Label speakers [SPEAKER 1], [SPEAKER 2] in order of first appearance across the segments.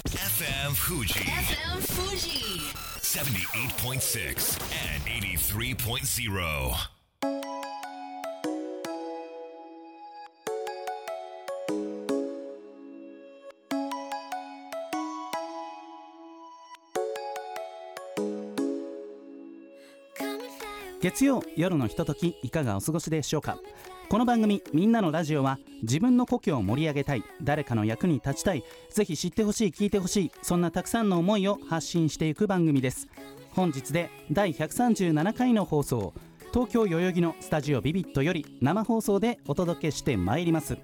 [SPEAKER 1] FM Fuji
[SPEAKER 2] FM Fuji.
[SPEAKER 1] 78.6 and 83.0.
[SPEAKER 3] 月曜夜のひとときいかがお過ごしでしょうかこの番組「みんなのラジオは」自分の故郷を盛り上げたい誰かの役に立ちたいぜひ知ってほしい聞いてほしいそんなたくさんの思いを発信していく番組です本日で第137回の放送東京代々木のスタジオビビットより生放送でお届けしてまいります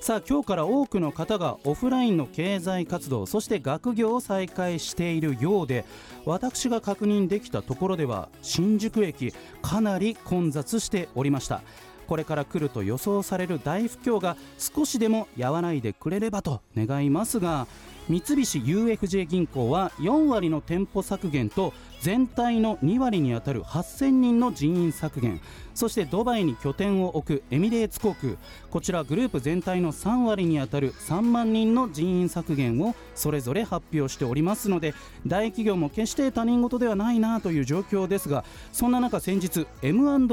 [SPEAKER 3] さあ今日から多くの方がオフラインの経済活動そして学業を再開しているようで私が確認できたところでは新宿駅かなり混雑しておりましたこれから来ると予想される大不況が少しでも和らいでくれればと願いますが三菱 UFJ 銀行は4割の店舗削減と全体の2割にあたる8000人の人員削減そしてドバイに拠点を置くエミレーツ航空こちらグループ全体の3割にあたる3万人の人員削減をそれぞれ発表しておりますので大企業も決して他人事ではないなという状況ですがそんな中先日 M&A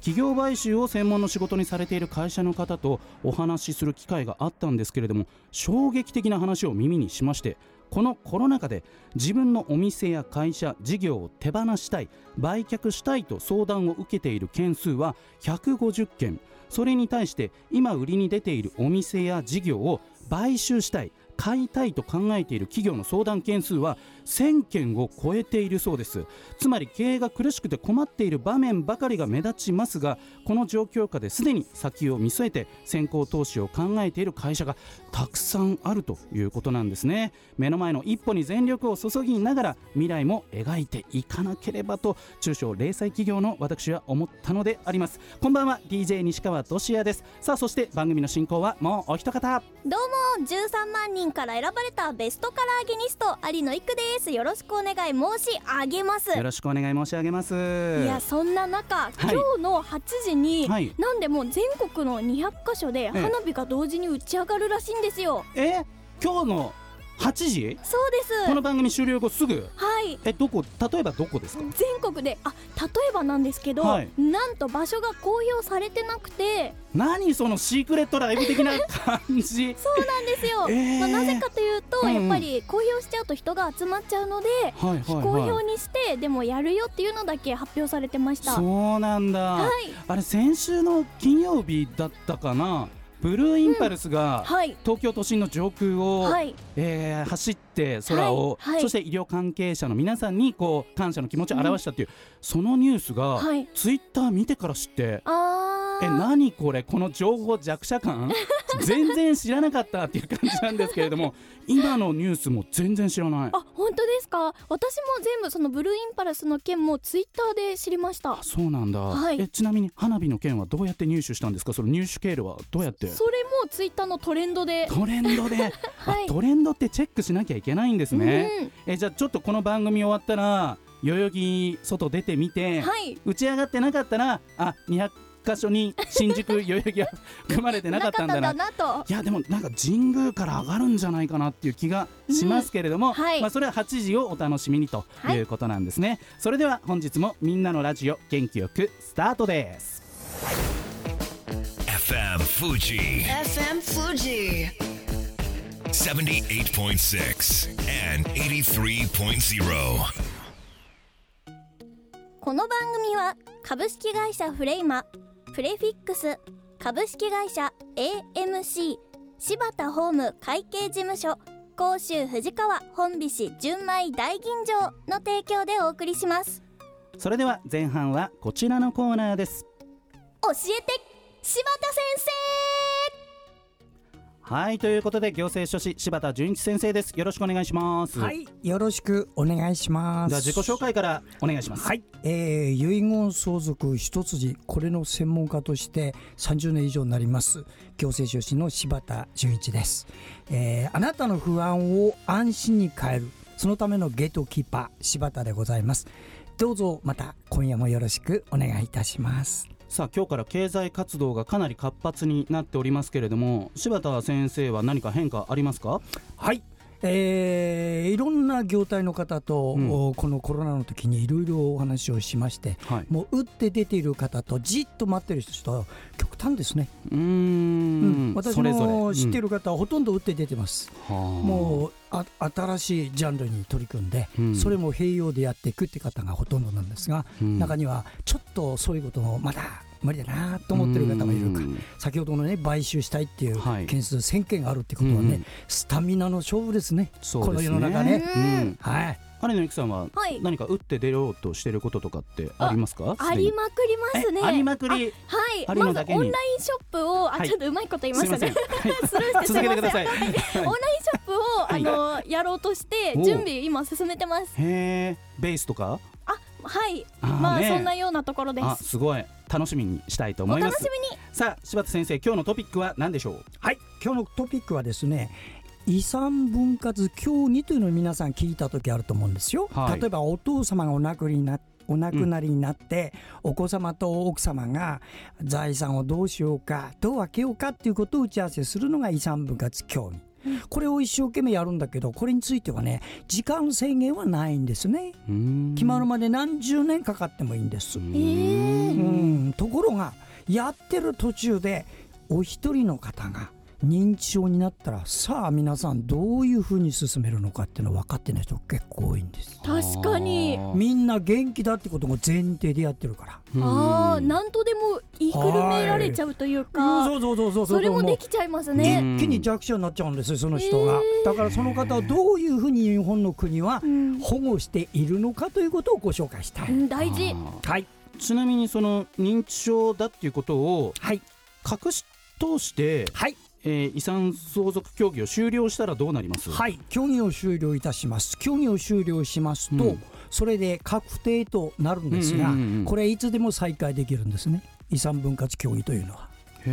[SPEAKER 3] 企業買収を専門の仕事にされている会社の方とお話しする機会があったんですけれども衝撃的な話を耳にしましてこのコロナ禍で自分のお店や会社事業を手放したい売却したいと相談を受けている件数は150件それに対して今売りに出ているお店や事業を買収したい買いたいと考えている企業の相談件数は1000件を超えているそうですつまり経営が苦しくて困っている場面ばかりが目立ちますがこの状況下ですでに先を見据えて先行投資を考えている会社がたくさんあるということなんですね目の前の一歩に全力を注ぎながら未来も描いていかなければと中小零細企業の私は思ったのでありますこんばんは DJ 西川俊也ですさあそして番組の進行はもうお一方
[SPEAKER 4] どうも13万人から選ばれたベストカラーゲニスト有野育ですよろしくお願い申し上げます
[SPEAKER 3] よろしくお願い申し上げます
[SPEAKER 4] いやそんな中、
[SPEAKER 3] い
[SPEAKER 4] 今日の8時に、
[SPEAKER 3] はい
[SPEAKER 4] なんでもう全国の200箇所で花火が同時に打ち上がるらしいんですよ、
[SPEAKER 3] え今日の8時
[SPEAKER 4] そうです
[SPEAKER 3] この番組終了後すぐ
[SPEAKER 4] はい
[SPEAKER 3] えどこ例えばどこですか
[SPEAKER 4] 全国であ例えばなんですけど、
[SPEAKER 3] はい
[SPEAKER 4] なんと場所が公表されてなくて
[SPEAKER 3] 何そのシークレットライブ的な感 じ
[SPEAKER 4] そうなんですよ、
[SPEAKER 3] えー
[SPEAKER 4] まあ、なぜかというと、
[SPEAKER 3] うんうん
[SPEAKER 4] やっぱり公表しちゃうと人が集まっちゃうので、
[SPEAKER 3] はいはい
[SPEAKER 4] 非公表にしてでもやるよっていうのだけ発表されてましたはい
[SPEAKER 3] そうなんだ、あれ先週の金曜日だったかなブルーインパルスが
[SPEAKER 4] はい
[SPEAKER 3] 東京都心の上空を、
[SPEAKER 4] はい
[SPEAKER 3] えー走って空を、
[SPEAKER 4] はいはい
[SPEAKER 3] そして医療関係者の皆さんにこう感謝の気持ちを表したっていう、そのニュースが、
[SPEAKER 4] はい
[SPEAKER 3] ツイッター見てから知って
[SPEAKER 4] あー
[SPEAKER 3] え何これこの情報弱者 感全然知らなかったっていう感じなんですけれど も今のニュースも全然知らない
[SPEAKER 4] あ本当ですか私も全部そのブルーインパルスの件もツイッターで知りました
[SPEAKER 3] あそうなんだ、
[SPEAKER 4] はい
[SPEAKER 3] えちなみに花火の件はどうやって入手したんですかその入手経路はどうやって
[SPEAKER 4] それもツイッターのトレンドで
[SPEAKER 3] トレンドで、
[SPEAKER 4] はい
[SPEAKER 3] あトレンドってチェックしなきゃいけないんですね、えじゃあちょっとこの番組終わったら代々木外出てみ
[SPEAKER 4] う
[SPEAKER 3] て、
[SPEAKER 4] ん、はい
[SPEAKER 3] 打ち上がってなかったらあ200箇所に新宿代々木は 組まれてなかったんだな
[SPEAKER 4] なと
[SPEAKER 3] いやでもなんか神宮から上がるんじゃないかなっていう気がしますけれども、
[SPEAKER 4] んはい
[SPEAKER 3] まあ、それは8時をお楽しみにと
[SPEAKER 4] はいいう
[SPEAKER 3] ことなんですね、それでは本日もみんなのラジオ元気よくスタートです
[SPEAKER 1] FM Fuji
[SPEAKER 2] FM Fuji.
[SPEAKER 1] 78.6 and 83.0.
[SPEAKER 4] この番組は株式会社フレイマプレフィックス株式会社 AMC 柴田ホーム会計事務所甲州藤川本美市純米大吟醸の提供でお送りします
[SPEAKER 3] それでは前半はこちらのコーナーです
[SPEAKER 4] 教えて柴田先生
[SPEAKER 3] はいということで行政書士柴田純一先生ですよろしくお願いします、
[SPEAKER 5] はい、よろしくお願いします。
[SPEAKER 3] じゃあ自己紹介からお願いします
[SPEAKER 5] はい、えー、遺言相続一筋これの専門家として30年以上になります行政書士の柴田純一です、えーあなたの不安を安心に変えるそのためのゲートキーパー柴田でございますどうぞまた今夜もよろしくお願いいたします
[SPEAKER 3] さあ今日から経済活動がかなり活発になっておりますけれども柴田先生は何か変化ありますか
[SPEAKER 5] はい、えーいろんな業態の方と、
[SPEAKER 3] うん
[SPEAKER 5] おこのコロナの時にいろいろお話をしまして、
[SPEAKER 3] はい
[SPEAKER 5] もう打って出ている方とじっと待っている人と極端ですね、
[SPEAKER 3] うー
[SPEAKER 5] うん
[SPEAKER 3] ん
[SPEAKER 5] 私
[SPEAKER 3] それぞれ
[SPEAKER 5] の知って
[SPEAKER 3] る、
[SPEAKER 5] る方はほとんど打って出てます、
[SPEAKER 3] も
[SPEAKER 5] もうあ新しいジャンルに取り組んで、
[SPEAKER 3] うん
[SPEAKER 5] それも併用でやっていくって方がほとんどなんですが、
[SPEAKER 3] うん
[SPEAKER 5] 中にはちょっとそういうこともまだ無理だなと思ってる方もいるか先ほどのね買収したいっていう
[SPEAKER 3] はい
[SPEAKER 5] 件数1000件あるってことはね、
[SPEAKER 3] うん
[SPEAKER 5] スタミナの勝負ですね
[SPEAKER 3] そうですね
[SPEAKER 5] この世の中ね、
[SPEAKER 3] うん、
[SPEAKER 5] はい
[SPEAKER 3] 金のゆきさんは
[SPEAKER 4] はい
[SPEAKER 3] 何か打って出ようとしてることとかってありますか
[SPEAKER 4] ありまくりますね
[SPEAKER 3] えありまくり
[SPEAKER 4] あはい
[SPEAKER 3] ある
[SPEAKER 4] ま
[SPEAKER 3] の
[SPEAKER 4] ず
[SPEAKER 3] だけ
[SPEAKER 4] オ
[SPEAKER 3] に
[SPEAKER 4] ンラインショップをあ
[SPEAKER 3] はい
[SPEAKER 4] ちょっとうまいこと言いますし
[SPEAKER 3] い
[SPEAKER 4] た
[SPEAKER 3] ません
[SPEAKER 4] ね
[SPEAKER 3] はい
[SPEAKER 4] スルーしてす
[SPEAKER 3] 続
[SPEAKER 4] い
[SPEAKER 3] けて
[SPEAKER 4] ませ
[SPEAKER 3] く
[SPEAKER 4] ん
[SPEAKER 3] ださい
[SPEAKER 4] オンラインショップを、
[SPEAKER 3] はい
[SPEAKER 4] あのやろうとして
[SPEAKER 3] おう
[SPEAKER 4] 準備今進めてます
[SPEAKER 3] へえベースとか
[SPEAKER 4] あはい
[SPEAKER 3] あー
[SPEAKER 4] まあ
[SPEAKER 3] ね
[SPEAKER 4] そんなようなところで
[SPEAKER 3] あ
[SPEAKER 4] す
[SPEAKER 3] すごい楽しみにしたいと
[SPEAKER 4] お
[SPEAKER 3] 思いま
[SPEAKER 4] 楽
[SPEAKER 3] す
[SPEAKER 4] しみに
[SPEAKER 3] さあ柴田先生今日のトピックは何でしょう
[SPEAKER 5] はい、今日のトピックはですね遺産分割協議というのを皆さん聞いた時あると思うんですよ、
[SPEAKER 3] はい
[SPEAKER 5] 例えばお父様がお亡くなりになお亡くなりになって、お子様と奥様が財産をどうしようかどう分けようかっていうことを打ち合わせするのが遺産分割協議これを一生懸命やるんだけどこれについてはね時間制限はないんですね決まるまで何十年かかってもいいんです、
[SPEAKER 4] えー
[SPEAKER 5] うん、ところがやってる途中でお一人の方が認知症になったらさあ皆さんどういうふうに進めるのかっていうの分かってない人結構多いんです
[SPEAKER 4] 確かに
[SPEAKER 3] あー
[SPEAKER 5] みんな元気だってことも前提でやってるから
[SPEAKER 4] ああなんとでも言いくるめられちゃうというか
[SPEAKER 5] そうそうそうそう
[SPEAKER 4] それもできちゃいます
[SPEAKER 3] う
[SPEAKER 4] ね
[SPEAKER 3] ん
[SPEAKER 5] 一気に弱者になっちゃうんですよその人が、だからその方をどういうふうに日本の国は
[SPEAKER 4] うん
[SPEAKER 5] 保護しているのかということをご紹介した
[SPEAKER 4] う
[SPEAKER 5] い、
[SPEAKER 4] ん大事
[SPEAKER 3] あ
[SPEAKER 5] はい
[SPEAKER 3] ーちなみにその認知症だっていうことを
[SPEAKER 5] はい
[SPEAKER 3] 隠し通して、
[SPEAKER 5] はい
[SPEAKER 3] えー遺産相続協議を終了したらどうなります
[SPEAKER 5] はい、協議を終了いたします。協議を終了しますと、
[SPEAKER 3] うん
[SPEAKER 5] それで確定となるんです
[SPEAKER 3] う
[SPEAKER 5] が、
[SPEAKER 3] んうんうんうん
[SPEAKER 5] これいつでも再開できるんですね。遺産分割協議というのは。
[SPEAKER 3] へ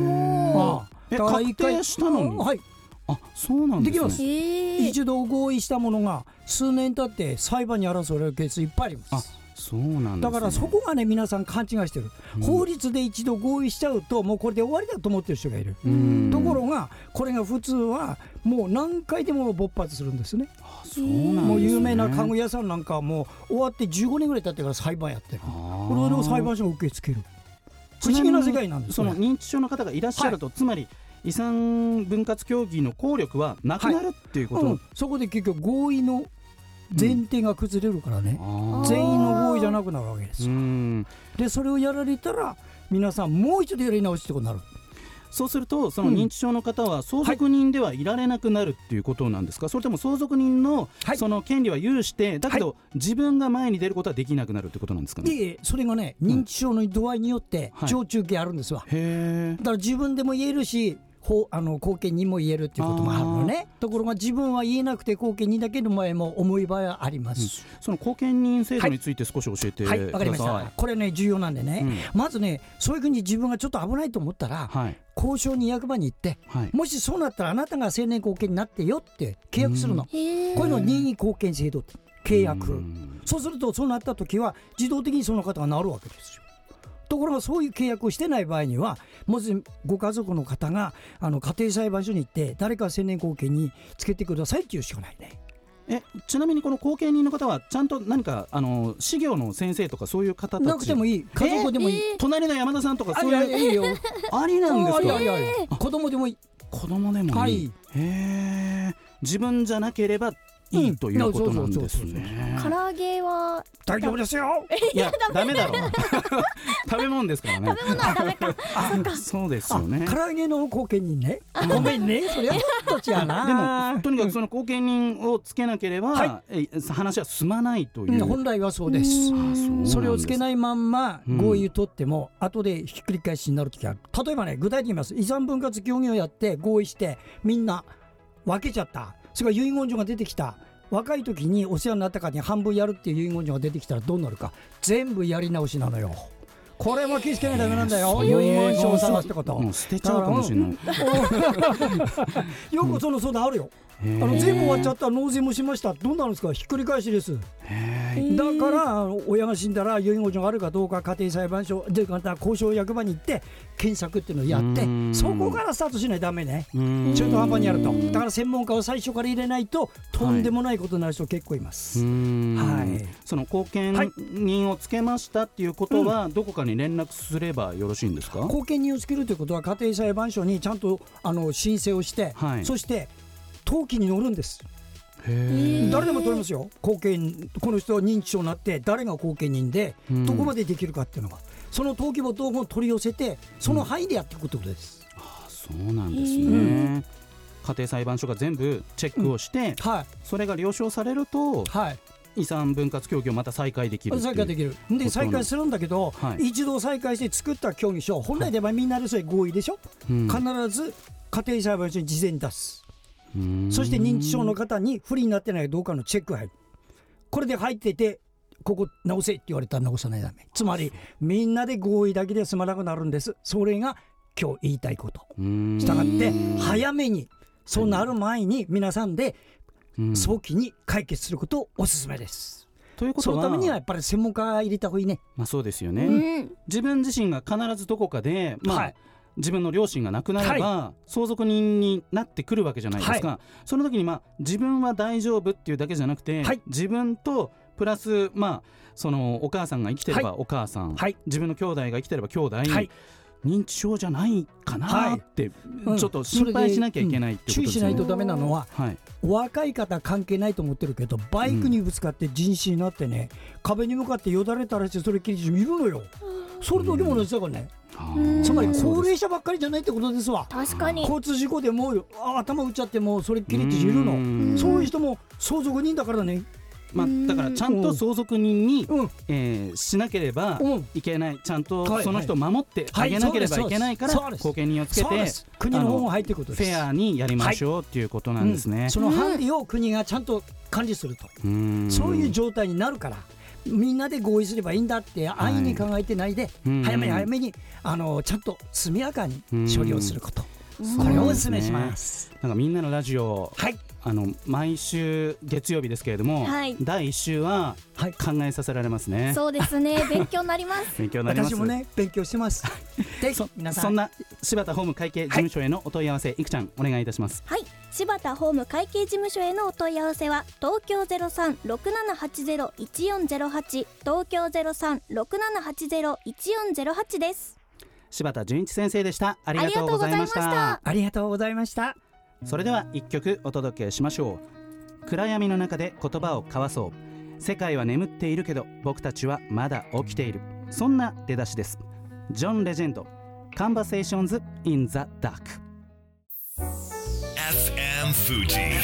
[SPEAKER 3] ー
[SPEAKER 5] ああ
[SPEAKER 3] え
[SPEAKER 5] だから一回
[SPEAKER 3] 確定したのに
[SPEAKER 5] はい、
[SPEAKER 3] あそうなんですね
[SPEAKER 5] できま
[SPEAKER 4] え
[SPEAKER 5] す
[SPEAKER 4] ー
[SPEAKER 5] 一度合意したものが数年経って裁判に争われるケースいっぱいありま
[SPEAKER 3] あ
[SPEAKER 5] す。
[SPEAKER 3] そうなんです、
[SPEAKER 5] だ
[SPEAKER 3] ね、
[SPEAKER 5] からそこがね皆さん勘違いしてる、法律で一度合意しちゃうともうこれで終わりだと思ってる人がいる、
[SPEAKER 3] うん
[SPEAKER 5] ところがこれが普通はもう何回でも勃発するんですね
[SPEAKER 3] あそうなんですね
[SPEAKER 5] もう有名な家具屋さんなんかはもう終わって15年ぐらい経ってから裁判やってる
[SPEAKER 3] あー
[SPEAKER 5] これを裁判所が受け付ける不思議な世界なんです
[SPEAKER 3] そ
[SPEAKER 5] よ
[SPEAKER 3] の認知症の方がいらっしゃると、つまり遺産分割協議の効力はなくなるっていうこと、
[SPEAKER 5] うんそこで結局合意の前提が崩れるからね、
[SPEAKER 3] あー
[SPEAKER 5] 全員の合意じゃなくなるわけです
[SPEAKER 3] う
[SPEAKER 5] よ、
[SPEAKER 3] ん
[SPEAKER 5] でそれをやられたら皆さんもう一度やり直しってことになる
[SPEAKER 3] そうするとその認知症の方は相続人ではいられなくなるっていうことなんですか、それとも相続人の
[SPEAKER 5] はい
[SPEAKER 3] その権利は有してだけど自分が前に出ることはできなくなるってことなんですかね、
[SPEAKER 5] いえいえそれがね認知症の度合いによって
[SPEAKER 3] はい
[SPEAKER 5] 常駐期あるんですわ、
[SPEAKER 3] へえ
[SPEAKER 5] だから自分でも言えるしほうあの貢献にも言えるっていうこともあるのねところが自分は言えなくて貢献にだけの前も重い場合はあります、
[SPEAKER 3] その後見人制度について少し教えてくださ
[SPEAKER 5] は
[SPEAKER 3] い、
[SPEAKER 5] いわかりましたこれね重要なんでね、まずねそういうふうに自分がちょっと危ないと思ったら、
[SPEAKER 3] はい
[SPEAKER 5] 交渉に役場に行って
[SPEAKER 3] はい
[SPEAKER 5] もしそうなったらあなたが成年後見になってよって契約するの、こ
[SPEAKER 4] えー
[SPEAKER 5] ういうのを任意貢献制度って契約、
[SPEAKER 3] うん
[SPEAKER 5] そうするとそうなった時は自動的にその方がなるわけですよ。ところがそういう契約をしてない場合にはもしご家族の方があの家庭裁判所に行って誰か成年後見につけてくださいっていうしかないね。
[SPEAKER 3] えちなみにこの後見人の方はちゃんと何かあの修行の先生とかそういう方たち
[SPEAKER 5] なくてもいい家族でもいい。
[SPEAKER 3] 隣の山田さんとか
[SPEAKER 5] あ
[SPEAKER 3] そう
[SPEAKER 5] りあり
[SPEAKER 3] いう
[SPEAKER 5] ありよ。
[SPEAKER 3] ありなんで
[SPEAKER 5] あ
[SPEAKER 3] す
[SPEAKER 5] り
[SPEAKER 3] か
[SPEAKER 5] ありあり。子供でもいい。
[SPEAKER 3] 子供でもいい、
[SPEAKER 5] はい
[SPEAKER 3] へえ自分じゃなければいいということなんです
[SPEAKER 5] うんそうそう
[SPEAKER 3] ね
[SPEAKER 4] 唐揚げは
[SPEAKER 5] 大丈夫ですよ。
[SPEAKER 3] いやダメ だろ食べ物ですからね
[SPEAKER 4] 食べ物はダメか
[SPEAKER 3] そうです
[SPEAKER 5] あ
[SPEAKER 3] よね、
[SPEAKER 5] 唐揚げの後見にね。ごめんね。それはちょっと違う
[SPEAKER 3] でも
[SPEAKER 5] な。
[SPEAKER 3] とにかくその後見人をつけなければ、
[SPEAKER 5] は
[SPEAKER 3] え話は進まないと
[SPEAKER 5] う
[SPEAKER 3] い
[SPEAKER 5] ん
[SPEAKER 3] う、
[SPEAKER 5] 本来はそうです。
[SPEAKER 3] あうなんです
[SPEAKER 5] それをつけないまんま
[SPEAKER 3] うん
[SPEAKER 5] 合意を取っても、後でひっくり返しになるときある例えばね具体的に言います遺産分割協議をやって合意してみんな分けちゃったそれから遺言状が出てきた若い時にお世話になった方に半分やるっていう遺言状が出てきたらどうなるか全部やり直しなのよこれも気をつけないとダメなんだよ、
[SPEAKER 3] えー
[SPEAKER 5] 遺言書を探すってこと
[SPEAKER 3] もう捨てちゃうかもしれない
[SPEAKER 5] だからうんよくその相談あるよ、あの全部終わっちゃった納税もしましたどうなるんですかひっくり返しですだからあの親が死んだら遺言状があるかどうか家庭裁判所でまた交渉役場に行って検索っていうのをや
[SPEAKER 3] う
[SPEAKER 5] っ
[SPEAKER 3] ん
[SPEAKER 5] てそこからスタートしないとダメね
[SPEAKER 3] うん
[SPEAKER 5] 中途半端にやるとだから専門家を最初から入れないととんでもないことになる人結構いま
[SPEAKER 3] う
[SPEAKER 5] す、
[SPEAKER 3] ん
[SPEAKER 5] はい
[SPEAKER 3] その後見人をつけましたっていうことは、どこかに連絡すればよろしいんですか、
[SPEAKER 5] 後見人をつけるということは家庭裁判所にちゃんとあの申請をして、
[SPEAKER 3] はい
[SPEAKER 5] そして登記に乗るんです
[SPEAKER 3] へ
[SPEAKER 5] 誰でも取れますよ後見この人は認知症になって誰が後見人で
[SPEAKER 3] うん
[SPEAKER 5] どこまでできるかっていうのが、その登記簿等を取り寄せてその範囲でやっていくってことです、
[SPEAKER 3] あそうなんですね、家庭裁判所が全部チェックをして、
[SPEAKER 5] はい
[SPEAKER 3] それが了承されると
[SPEAKER 5] はい
[SPEAKER 3] 遺産分割協議をまた再開できるっていう
[SPEAKER 5] 再開できる
[SPEAKER 3] な
[SPEAKER 5] で再開するんだけど、
[SPEAKER 3] はい
[SPEAKER 5] 一度再開して作った協議書本来ではみんなでそれ合意でしょ、
[SPEAKER 3] うん
[SPEAKER 5] 必ず家庭裁判所に事前に出す
[SPEAKER 3] うん
[SPEAKER 5] そして認知症の方に不利になってないかどうかのチェックが入る。これで入ってて、ここ直せって言われたら直さないとダメ。つまり、みんなで合意だけで済まなくなるんです。それが今日言いたいこと。
[SPEAKER 3] うん
[SPEAKER 5] したがって、早めに、そうなる前に皆さんで
[SPEAKER 3] うん
[SPEAKER 5] 早期に解決することをお勧めです。
[SPEAKER 3] ということ
[SPEAKER 5] そ
[SPEAKER 3] は
[SPEAKER 5] のためにはやっぱり専門家入れた方がいいね。
[SPEAKER 3] まあ、そうですよ
[SPEAKER 4] う
[SPEAKER 3] ね、
[SPEAKER 4] ん
[SPEAKER 3] 自分自身が必ずどこかで、まあ
[SPEAKER 5] はい
[SPEAKER 3] 自分の両親が亡くなれば、相続人になってくるわけじゃないですか、その時に、まあ、自分は大丈夫っていうだけじゃなくて、
[SPEAKER 5] はい
[SPEAKER 3] 自分とプラス、まあ、そのお母さんが生きてればお母さん、
[SPEAKER 5] はい
[SPEAKER 3] 自分の兄弟が生きてれば兄弟、
[SPEAKER 5] はい
[SPEAKER 3] 認知症じゃないか
[SPEAKER 5] は
[SPEAKER 3] ないって、
[SPEAKER 5] うん
[SPEAKER 3] ちょっと心配しなきゃいけないってこと
[SPEAKER 5] 注
[SPEAKER 3] です
[SPEAKER 5] 意し
[SPEAKER 3] よ
[SPEAKER 5] な
[SPEAKER 3] ね。
[SPEAKER 5] いとダメなのは、
[SPEAKER 3] はい、
[SPEAKER 5] 若い方関係ないと思ってるけどバイクにぶつかって人死になってね、壁に向かってよだれ垂らしてそれっきりいるのよそれとでも同じだからね、
[SPEAKER 3] あー
[SPEAKER 5] つまり
[SPEAKER 3] そうで
[SPEAKER 5] 高
[SPEAKER 3] す
[SPEAKER 5] 齢者ばっかりじゃないってことですわ
[SPEAKER 4] 確かに
[SPEAKER 5] 交通事故でもうあ頭打っちゃってもうそれっきりって人いる
[SPEAKER 3] う
[SPEAKER 5] の
[SPEAKER 3] ん
[SPEAKER 5] そういう人も相続人だからね
[SPEAKER 3] まあ、だからちゃんと相続人に、
[SPEAKER 5] うん
[SPEAKER 3] えーしなければ
[SPEAKER 5] うん
[SPEAKER 3] いけないちゃんと
[SPEAKER 5] はい
[SPEAKER 3] その人を守ってあげなければいけないから
[SPEAKER 5] はいそうですそ
[SPEAKER 3] 後
[SPEAKER 5] うで
[SPEAKER 3] 見人をつけて
[SPEAKER 5] そうです国の方も入ってくること
[SPEAKER 3] フ
[SPEAKER 5] です
[SPEAKER 3] ェアにやりましょうっていうことなんです
[SPEAKER 5] う
[SPEAKER 3] ね
[SPEAKER 5] ん。その範囲を国がちゃんと管理すると、
[SPEAKER 3] うん
[SPEAKER 5] そういう状態になるからみんなで合意すればいいんだって安易に考えてないで、
[SPEAKER 3] うん
[SPEAKER 5] 早めに早めにあのちゃんと速やかに処理をすること、
[SPEAKER 3] うん
[SPEAKER 5] これをお勧めします。
[SPEAKER 3] なんかみんなのラジオ
[SPEAKER 5] はい
[SPEAKER 3] あの毎週月曜日ですけれども、
[SPEAKER 4] はい
[SPEAKER 3] 第1週は
[SPEAKER 5] はい
[SPEAKER 3] 考えさせられますね。
[SPEAKER 4] そうですね勉強になります
[SPEAKER 3] 勉強になります
[SPEAKER 5] 私もね勉強してます。ぜひ
[SPEAKER 3] そ
[SPEAKER 5] 皆さん
[SPEAKER 3] そんな柴田法務会計事務所へのお問い合わせ、いくちゃんお願いいたします。
[SPEAKER 4] はい柴田法務会計事務所へのお問い合わせは東京0367801408東京0367801408です
[SPEAKER 3] 柴田純一先生でした。ありがとうございまし
[SPEAKER 4] ありがとうございました
[SPEAKER 3] た。
[SPEAKER 5] ありがとうございました。
[SPEAKER 3] それでは一曲お届けしましょう暗闇の中で言葉を交わそう世界は眠っているけど僕たちはまだ起きているそんな出だしですジョン・レジェンド「カンバセーションズ・イン・ザ・ダーク」
[SPEAKER 1] FM Fuji. FM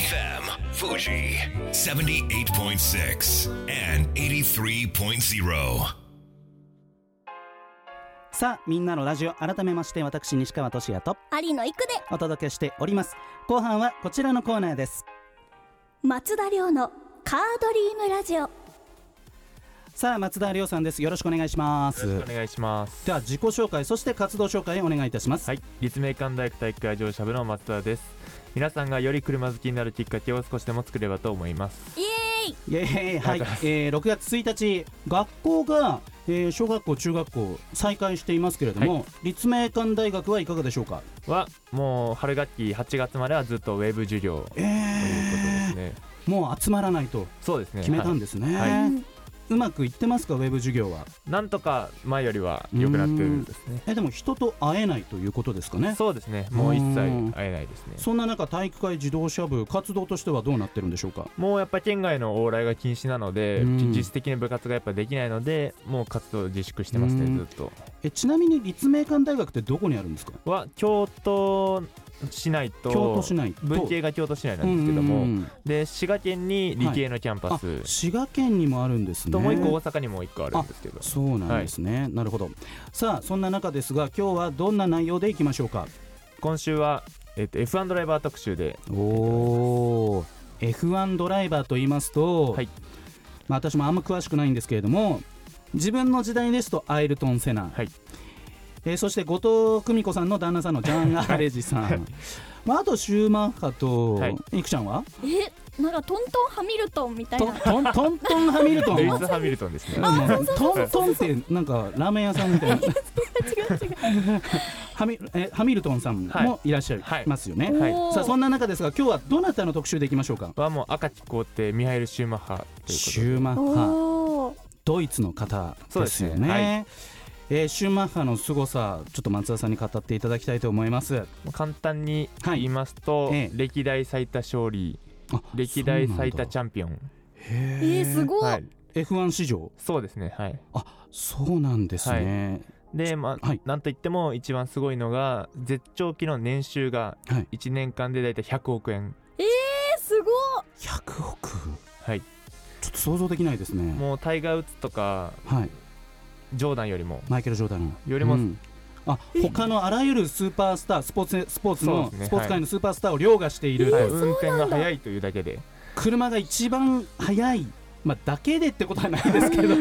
[SPEAKER 1] Fuji. 78.6 and 83.0.
[SPEAKER 3] さあみんなのラジオ改めまして私西川俊也と
[SPEAKER 4] 有野育で
[SPEAKER 3] お届けしております後半はこちらのコーナーです
[SPEAKER 4] 松田亮のカードリームラジオ
[SPEAKER 3] さあ松田亮さんですよろしくお願いしま
[SPEAKER 6] よろ
[SPEAKER 3] す
[SPEAKER 6] しくお願いします。
[SPEAKER 3] では自己紹介そして活動紹介をお願いいたします
[SPEAKER 6] はい、立命館大学体育会乗車部の松田です。皆さんがより車好きになるきっかけを少しでも作ればと思います。
[SPEAKER 4] イエーイ
[SPEAKER 3] イエーイはい、
[SPEAKER 6] ありがとうございます
[SPEAKER 3] えー、6月1日学校が、えー小学校中学校再開していますけれども、立命館大学はいかがでしょうか
[SPEAKER 6] は、もう春学期8月まではずっとウェブ授業ということですね。
[SPEAKER 3] もう集まらないと
[SPEAKER 6] そうですね。
[SPEAKER 3] 決めた
[SPEAKER 6] は
[SPEAKER 3] ん
[SPEAKER 6] い
[SPEAKER 3] ですね、
[SPEAKER 6] はいは
[SPEAKER 3] うまくいってますかウェブ授業は
[SPEAKER 6] なんとか前よりは良くなってるんですね。
[SPEAKER 3] えでも人と会えないということですかねそ
[SPEAKER 6] そうですね。もう一切
[SPEAKER 3] うん
[SPEAKER 6] 会えないですね。
[SPEAKER 3] んな中体育会自動車部活動としてはどうなってるんでしょうか
[SPEAKER 6] もうやっぱ県外の往来が禁止なので、
[SPEAKER 3] うん
[SPEAKER 6] 実質的に部活がやっぱできないので、もう活動自粛してます
[SPEAKER 3] う
[SPEAKER 6] ね、
[SPEAKER 3] ん
[SPEAKER 6] ずっと。
[SPEAKER 3] えちなみに立命館大学ってどこにあるんですか
[SPEAKER 6] は、京都市内と、
[SPEAKER 3] 京都市内と
[SPEAKER 6] 文系が京都市内なんですけども、
[SPEAKER 3] うんうんうん
[SPEAKER 6] で滋賀県に理系のキャンパ
[SPEAKER 3] あ
[SPEAKER 6] ス、
[SPEAKER 3] 滋賀県にもあるんですね
[SPEAKER 6] ともう一個大阪にも一個あるんですけど
[SPEAKER 3] そうなんですね、なるほどさあそんな中ですが今日はどんな内容でいきましょうか
[SPEAKER 6] 今週は、えっと F1 ドライバー特集で
[SPEAKER 3] おお F1 ドライバーと言いますと、
[SPEAKER 6] はい
[SPEAKER 3] まあ、私もあんま詳しくないんですけれども自分の時代ですとアイルトン・セナ、
[SPEAKER 6] はい
[SPEAKER 3] えーそして後藤久美子さんの旦那さんのジャン・アレジさん、まあ、あとシューマッハと、
[SPEAKER 6] はい
[SPEAKER 3] いくちゃんは
[SPEAKER 4] えなんかトントンハミルトンみたい
[SPEAKER 3] トン
[SPEAKER 4] な
[SPEAKER 3] トントントンハミルトン
[SPEAKER 6] ルイス・ハミルトンですね。
[SPEAKER 3] うんトントンってなんかラーメン屋さんみたい なハミえハミルトンさんもいらっしゃい
[SPEAKER 6] はい
[SPEAKER 3] ますよね、
[SPEAKER 6] はい
[SPEAKER 4] おー
[SPEAKER 3] さあそんな中ですが今日はどなたの特集でいきましょうか
[SPEAKER 6] はもう赤き皇帝ミハイル・シューマッハということ
[SPEAKER 3] シューマッハ
[SPEAKER 4] おー
[SPEAKER 3] ドイツの方
[SPEAKER 6] そう
[SPEAKER 3] で
[SPEAKER 6] ですすね
[SPEAKER 3] よねえーシューマッハの凄さちょっと松田さんに語っていただきたいと思います
[SPEAKER 6] で簡単に言いますと、
[SPEAKER 3] はいええ
[SPEAKER 6] 歴代最多勝利
[SPEAKER 3] あ
[SPEAKER 6] 歴代最多チ
[SPEAKER 3] ゃ
[SPEAKER 6] ャンピオン
[SPEAKER 4] えー、すごい、
[SPEAKER 6] はい
[SPEAKER 3] F1 史上
[SPEAKER 6] そうですねはい
[SPEAKER 3] そうなんですね、
[SPEAKER 6] でまあ、
[SPEAKER 3] はい
[SPEAKER 6] なんといっても一番すごいのが絶頂期の年収が
[SPEAKER 3] はい
[SPEAKER 6] 1年間で大体100億円
[SPEAKER 4] えー、すごい
[SPEAKER 3] 100億
[SPEAKER 6] はい
[SPEAKER 3] ちょっと想像できないですね
[SPEAKER 6] もうタイガー・ウッズとか
[SPEAKER 3] はい
[SPEAKER 6] ジョーダンよりも
[SPEAKER 3] マイケル・ジョーダン
[SPEAKER 6] よりも
[SPEAKER 3] うんあ他のあらゆるスーパースタースポーツスポーツ
[SPEAKER 6] そ
[SPEAKER 3] の、
[SPEAKER 6] うですね
[SPEAKER 3] スポーツ界のスーパースターを凌駕している、
[SPEAKER 6] はい運転が速いというだけで
[SPEAKER 3] 車が一番速いまあだけでってことはないですけど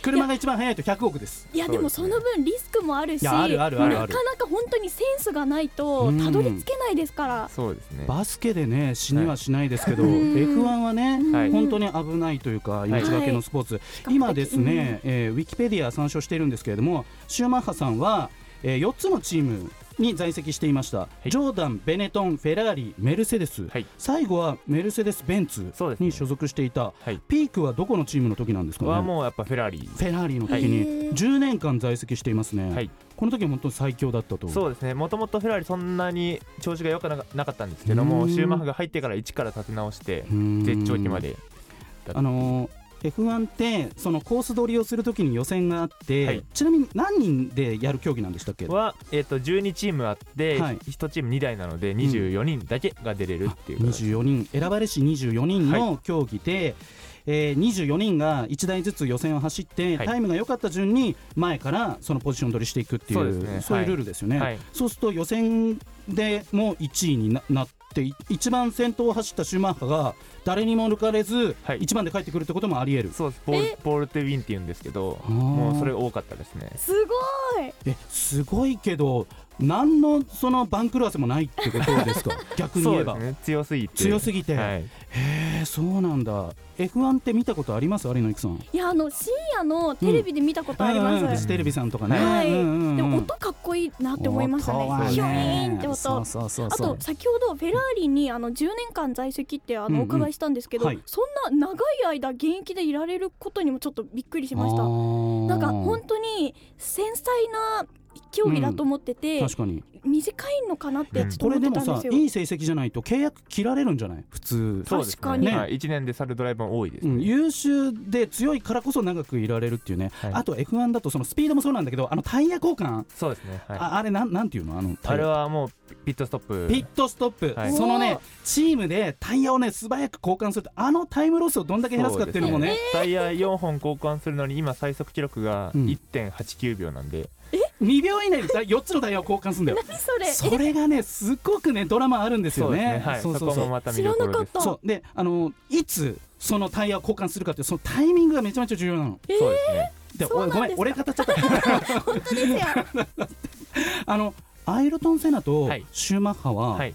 [SPEAKER 3] 車が一番速いと100億です
[SPEAKER 4] いやでもその分リスクもある
[SPEAKER 3] い
[SPEAKER 4] し
[SPEAKER 3] やあるあるあるある
[SPEAKER 4] なかなか本当にセンスがないと
[SPEAKER 3] うん
[SPEAKER 4] たどり着けないですから
[SPEAKER 6] そうですね
[SPEAKER 3] バスケでね死にはしないですけど、
[SPEAKER 4] はいうん
[SPEAKER 3] F1 はね、
[SPEAKER 6] はい
[SPEAKER 3] 本当に危ないというか
[SPEAKER 6] い
[SPEAKER 3] 命がけのスポーツ、今ですね、えーウィキペディア参照しているんですけれどもシューマッハさんは、え4つのチームに在籍していました、
[SPEAKER 6] い
[SPEAKER 3] ジョーダン、ベネトン、フェラーリ、メルセデス、
[SPEAKER 6] はい
[SPEAKER 3] 最後はメルセデス・ベンツ
[SPEAKER 6] そうですね
[SPEAKER 3] に所属していた、
[SPEAKER 6] はい
[SPEAKER 3] ピークはどこのチームの時なんですか
[SPEAKER 6] は
[SPEAKER 3] ね
[SPEAKER 6] もうやっぱフェラーリ
[SPEAKER 3] フェラーリの時
[SPEAKER 4] はいへ
[SPEAKER 3] に
[SPEAKER 4] ー
[SPEAKER 3] 10年間在籍していますね、
[SPEAKER 6] はい
[SPEAKER 3] この時は本当に最強だったと
[SPEAKER 6] そうですねもともとフェラーリそんなに調子が良くなかなかったんですけども
[SPEAKER 3] うん
[SPEAKER 6] シューマッハが入ってから一から立て直して
[SPEAKER 3] うーん
[SPEAKER 6] 絶頂期まで
[SPEAKER 3] あのー F1 ってそのコース取りをするときに予選があって、
[SPEAKER 6] はい
[SPEAKER 3] ちなみに何人でやる競技なんでしたっけ
[SPEAKER 6] は、えっと12チームあって、
[SPEAKER 3] はい
[SPEAKER 6] 1チーム2台なので24人だけが出れるっていう形
[SPEAKER 3] 24人選ばれし24人の競技で、えー24人が1台ずつ予選を走って、
[SPEAKER 6] はい
[SPEAKER 3] タイムが良かった順に前からそのポジション取りしていくっていう
[SPEAKER 6] そ
[SPEAKER 3] そうう
[SPEAKER 6] ですね
[SPEAKER 3] いうルールですよね、
[SPEAKER 6] はい
[SPEAKER 3] そうすると予選でも1位にななってい一番先頭を走ったシューマッハが誰にも抜かれず、
[SPEAKER 6] はい
[SPEAKER 3] 一番で帰ってくるってこともありえる
[SPEAKER 6] そうですボールボールトゥウィンって言うんですけど
[SPEAKER 3] あー
[SPEAKER 6] もうそれ多かったですね
[SPEAKER 4] すごい
[SPEAKER 3] えすごいけど何のその番狂わせもないってことです か逆に
[SPEAKER 6] そ
[SPEAKER 3] 言え
[SPEAKER 6] うで
[SPEAKER 3] ば
[SPEAKER 6] すね強すぎて
[SPEAKER 3] 強すぎて
[SPEAKER 6] はい、
[SPEAKER 3] えーそうなんだ F1 って見たことあります有野いくさん
[SPEAKER 4] いやあの深夜のテレビで見たことあります、
[SPEAKER 3] うんうんフジテレビさんとかね、
[SPEAKER 4] は
[SPEAKER 3] う
[SPEAKER 4] い、
[SPEAKER 3] んうんうん
[SPEAKER 4] でも音かっこいいなって思いましたね
[SPEAKER 3] 音は
[SPEAKER 4] ヒョイーンって音
[SPEAKER 3] そうそうそう
[SPEAKER 4] あ
[SPEAKER 3] そう
[SPEAKER 4] と先ほどフェラーリにあの10年間在籍って
[SPEAKER 3] うん
[SPEAKER 4] あ
[SPEAKER 3] うん
[SPEAKER 4] のお伺いしたんですけど、
[SPEAKER 3] はい
[SPEAKER 4] そんな長い間現役でいられることにもちょっとびっくりしました
[SPEAKER 3] あー
[SPEAKER 4] なんか本当に繊細な競技だと思ってて、
[SPEAKER 3] 確かに
[SPEAKER 4] 短いのかなってちょっと
[SPEAKER 3] こ
[SPEAKER 4] 思
[SPEAKER 3] れ
[SPEAKER 4] っ
[SPEAKER 3] で
[SPEAKER 4] て
[SPEAKER 3] も
[SPEAKER 4] たん
[SPEAKER 3] さ
[SPEAKER 4] ですよ、
[SPEAKER 3] いい成績じゃないと契約切られるんじゃない普通
[SPEAKER 6] そうですね
[SPEAKER 4] 確かに
[SPEAKER 6] はい、1年でサルドライバーも多いです
[SPEAKER 3] う
[SPEAKER 6] ね、
[SPEAKER 3] ん、優秀で強いからこそ長くいられるっていうね、
[SPEAKER 6] はい
[SPEAKER 3] あと F1 だとそのスピードもそうなんだけどあのタイヤ交換、
[SPEAKER 6] そうですねはいあ
[SPEAKER 3] ああれなんなんていうのあのタイ
[SPEAKER 6] れ
[SPEAKER 3] ヤ
[SPEAKER 6] はもうピットストップ
[SPEAKER 3] ピットストップ、
[SPEAKER 6] はい
[SPEAKER 3] その
[SPEAKER 4] お
[SPEAKER 3] ね
[SPEAKER 4] ー
[SPEAKER 3] チームでタイヤをね素早く交換するとあのタイムロスをどんだけ減らすかっていうのもね
[SPEAKER 6] タイヤ4本交換するのに今最速記録が
[SPEAKER 3] うん
[SPEAKER 6] 1.89秒なんで、
[SPEAKER 3] 2秒以内で4つのタイヤを交換する んだよ
[SPEAKER 4] 何それ
[SPEAKER 3] それがねすごくねドラマあるんです
[SPEAKER 6] そ
[SPEAKER 3] よ
[SPEAKER 6] うですね
[SPEAKER 3] ね
[SPEAKER 6] はい、
[SPEAKER 3] そ
[SPEAKER 6] そう
[SPEAKER 3] そう
[SPEAKER 6] こ
[SPEAKER 3] そ
[SPEAKER 6] も
[SPEAKER 3] う
[SPEAKER 6] また見
[SPEAKER 4] 知
[SPEAKER 6] ど
[SPEAKER 4] らな
[SPEAKER 6] こ
[SPEAKER 4] か
[SPEAKER 6] ろ
[SPEAKER 4] っ
[SPEAKER 6] です
[SPEAKER 4] た
[SPEAKER 3] そうであのいつそのタイヤを交換するかっていうそのタイミングがめちゃめちゃ重要なの
[SPEAKER 4] え
[SPEAKER 6] そうですね
[SPEAKER 3] で
[SPEAKER 4] そうなん
[SPEAKER 3] おごめん
[SPEAKER 4] ですか
[SPEAKER 3] 俺語っちゃった
[SPEAKER 4] 本当ですよ
[SPEAKER 3] あのアイルトン・セナと
[SPEAKER 6] はい
[SPEAKER 3] シューマッハは
[SPEAKER 6] はい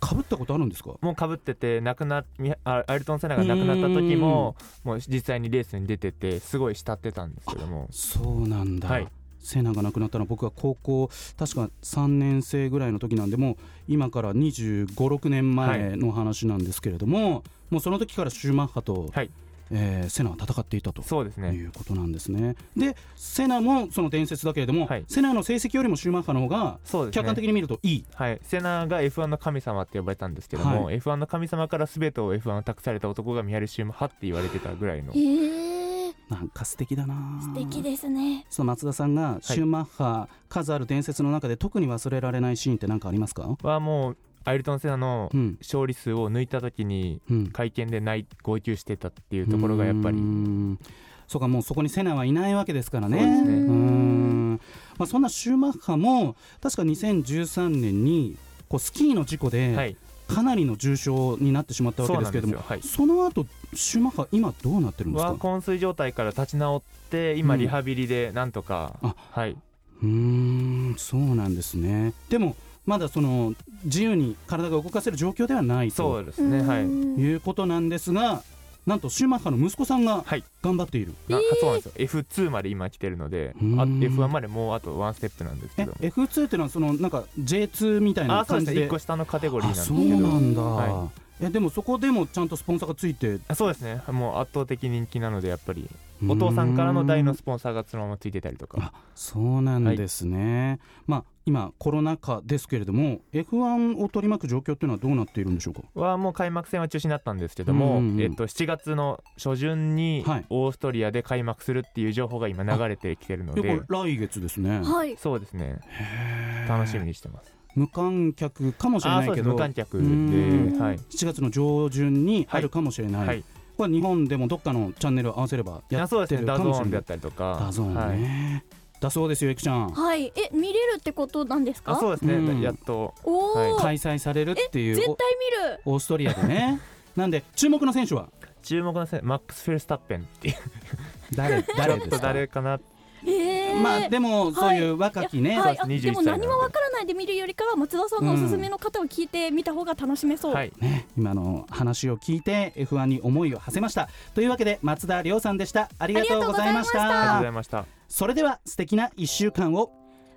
[SPEAKER 3] かぶったことあるんですか、
[SPEAKER 6] もうかぶってて亡くなみあアイルトン・セナが亡くなった時ももう実際にレースに出ててすごい慕ってたんですけども
[SPEAKER 3] そうなんだ、
[SPEAKER 6] はい
[SPEAKER 3] セナが亡くなったのは僕は高校確か3年生ぐらいの時なんでもう今から2 5 6年前の話なんですけれども、もうその時からシューマッハと、
[SPEAKER 6] はい
[SPEAKER 3] えーセナは戦っていたと。
[SPEAKER 6] そうですね
[SPEAKER 3] いうことなんですねでセナもその伝説だけれども、
[SPEAKER 6] はい
[SPEAKER 3] セナの成績よりもシューマッハの方が
[SPEAKER 6] そうですね
[SPEAKER 3] 客観的に見るといい、
[SPEAKER 6] はい、セナが F1 の神様って呼ばれたんですけども、
[SPEAKER 3] は
[SPEAKER 6] F1 の神様から全てを F1 を託された男がミハル・シューマッハって言われてたぐらいの
[SPEAKER 4] えー、
[SPEAKER 3] なんか素敵だな
[SPEAKER 4] 素敵ですね。
[SPEAKER 3] その松田さんがシューマッハ、数ある伝説の中で特に忘れられないシーンって何かありますか、
[SPEAKER 6] はもうアイルトン・セナの
[SPEAKER 3] うん
[SPEAKER 6] 勝利数を抜いた時に
[SPEAKER 3] うん、
[SPEAKER 6] 会見で泣い号泣してたっていうところがやっぱり
[SPEAKER 3] うーんそうかもうそこにセナはいないわけですからね
[SPEAKER 6] そうですね
[SPEAKER 3] うーんまあ、そんなシューマッハも確か2013年にこうスキーの事故
[SPEAKER 6] は
[SPEAKER 3] で
[SPEAKER 6] い
[SPEAKER 3] かなりの重傷になってしまったわけですけれども、
[SPEAKER 6] そうなんです
[SPEAKER 3] その後シューマッハ今どうなってるんです
[SPEAKER 6] は
[SPEAKER 3] か
[SPEAKER 6] 昏睡状態から立ち直って今
[SPEAKER 3] うん
[SPEAKER 6] リハビリでなんとか、
[SPEAKER 3] あ
[SPEAKER 6] はい
[SPEAKER 3] うーんそうなんですねでもまだその自由に体が動かせる状況ではない
[SPEAKER 6] そ
[SPEAKER 3] と
[SPEAKER 6] うですねはいう
[SPEAKER 4] ん
[SPEAKER 3] いうことなんですがなんとシューマッハの息子さんが
[SPEAKER 6] はい
[SPEAKER 3] 頑張っている、
[SPEAKER 6] なそうなんですよ F2 まで今来てるのであ
[SPEAKER 3] うーん
[SPEAKER 6] F1 までもうあとワンステップなんですけど
[SPEAKER 3] え F2 ってのはそのなんか J2 みたい
[SPEAKER 6] あ
[SPEAKER 3] な
[SPEAKER 6] そう
[SPEAKER 3] 感
[SPEAKER 6] で
[SPEAKER 3] じ
[SPEAKER 6] すね
[SPEAKER 3] で
[SPEAKER 6] 1個下のカテゴリーなん
[SPEAKER 3] あ
[SPEAKER 6] です
[SPEAKER 3] そ
[SPEAKER 6] け
[SPEAKER 3] う
[SPEAKER 6] ど
[SPEAKER 3] なんだ、
[SPEAKER 6] は
[SPEAKER 3] えでもそこでもちゃんとスポンサーがついて
[SPEAKER 6] あそうですねもう圧倒的人気なのでやっぱりお父さんからの代のスポンサーがそのままついてたりと
[SPEAKER 3] あ
[SPEAKER 6] か
[SPEAKER 3] そうなんですね、まあ今コロナ禍ですけれども F1 を取り巻く状況っていうのはどうなっているんでしょうか
[SPEAKER 6] はもう開幕戦は中止になったんですけど
[SPEAKER 3] うん
[SPEAKER 6] も
[SPEAKER 3] うんうん
[SPEAKER 6] えっと7月の初旬に
[SPEAKER 3] はい
[SPEAKER 6] オーストリアで開幕するっていう情報が今流れてきてるの
[SPEAKER 3] いや
[SPEAKER 6] で
[SPEAKER 3] これ来月ですね
[SPEAKER 4] はい
[SPEAKER 6] そうですね楽しみにしてます
[SPEAKER 3] 無観客かもしれ
[SPEAKER 6] あ
[SPEAKER 3] な
[SPEAKER 6] そ
[SPEAKER 3] いうけ
[SPEAKER 6] です
[SPEAKER 3] ど
[SPEAKER 6] 無観客
[SPEAKER 3] うん
[SPEAKER 6] ではい
[SPEAKER 3] 7月の上旬にあるかもしれない、
[SPEAKER 6] はい
[SPEAKER 3] これ日本でもどっかのチャンネル合わせればや
[SPEAKER 6] あそう
[SPEAKER 3] っ
[SPEAKER 6] です
[SPEAKER 3] て
[SPEAKER 6] ね
[SPEAKER 3] る
[SPEAKER 6] ダ
[SPEAKER 3] か
[SPEAKER 6] ゾ
[SPEAKER 3] もし
[SPEAKER 6] ー
[SPEAKER 3] れな
[SPEAKER 6] ンだ
[SPEAKER 3] い
[SPEAKER 6] ったりとか
[SPEAKER 3] ダゾーン
[SPEAKER 6] はい
[SPEAKER 3] ね、だそうですよエクちゃん
[SPEAKER 4] はいえ見れるってことなんです
[SPEAKER 6] あ
[SPEAKER 4] か
[SPEAKER 6] そうですね、
[SPEAKER 3] うん
[SPEAKER 6] やっと
[SPEAKER 4] おお、
[SPEAKER 6] は
[SPEAKER 3] 開催されるっていう
[SPEAKER 4] 絶
[SPEAKER 3] お
[SPEAKER 4] 対見る
[SPEAKER 3] オーストリアで ねなんで注目の選手は
[SPEAKER 6] 注目の選手マックス・フェルスタッペンっていう
[SPEAKER 3] 誰
[SPEAKER 6] ちょ
[SPEAKER 3] 誰
[SPEAKER 6] っ
[SPEAKER 3] で
[SPEAKER 6] と
[SPEAKER 3] すか
[SPEAKER 6] 誰かな
[SPEAKER 4] えー、
[SPEAKER 3] まあでもそういう若きね、
[SPEAKER 4] はい、
[SPEAKER 6] そう
[SPEAKER 4] あ
[SPEAKER 6] です
[SPEAKER 4] でも
[SPEAKER 6] 21歳なの
[SPEAKER 4] 何
[SPEAKER 6] で
[SPEAKER 4] もわからないで見るよりかは松田さんのおすすめの方を聞いてみた方が楽しめそう、
[SPEAKER 6] はい
[SPEAKER 3] ね、今の話を聞いて F1 に思いを馳せましたというわけで松田亮さんでしたありがとうございました
[SPEAKER 4] あり
[SPEAKER 6] ありがとうございました
[SPEAKER 3] それでは素敵な1週間を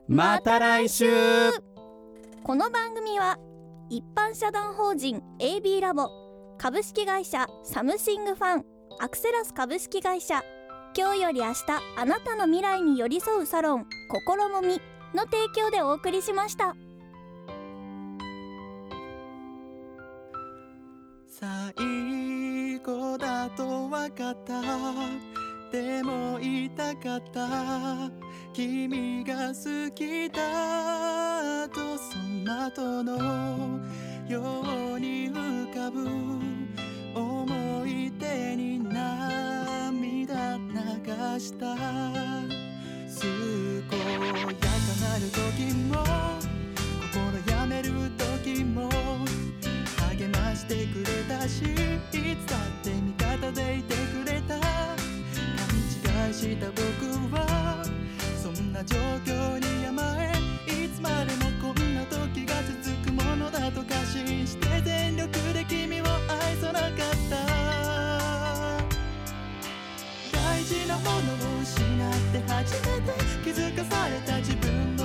[SPEAKER 3] また来週
[SPEAKER 4] この番組は一般社団法人 AB ラボ株式会社サムシングファンアクセラス株式会社今日より明日あなたの未来に寄り添うサロン「心もみ」の提供でお送りしました。
[SPEAKER 7] 最後だと分かったでも言いたかった君が好きだとその後のように浮かぶ思い出に涙流した健やかなる時も心やめる時も励ましてくれたしいつだって味方でいてくれた勘違いした僕はそんな状況に甘えいつまでもこんな時が続くものだと過信して全力で君を愛さなかった大事なものを失って初めて気づかされた自分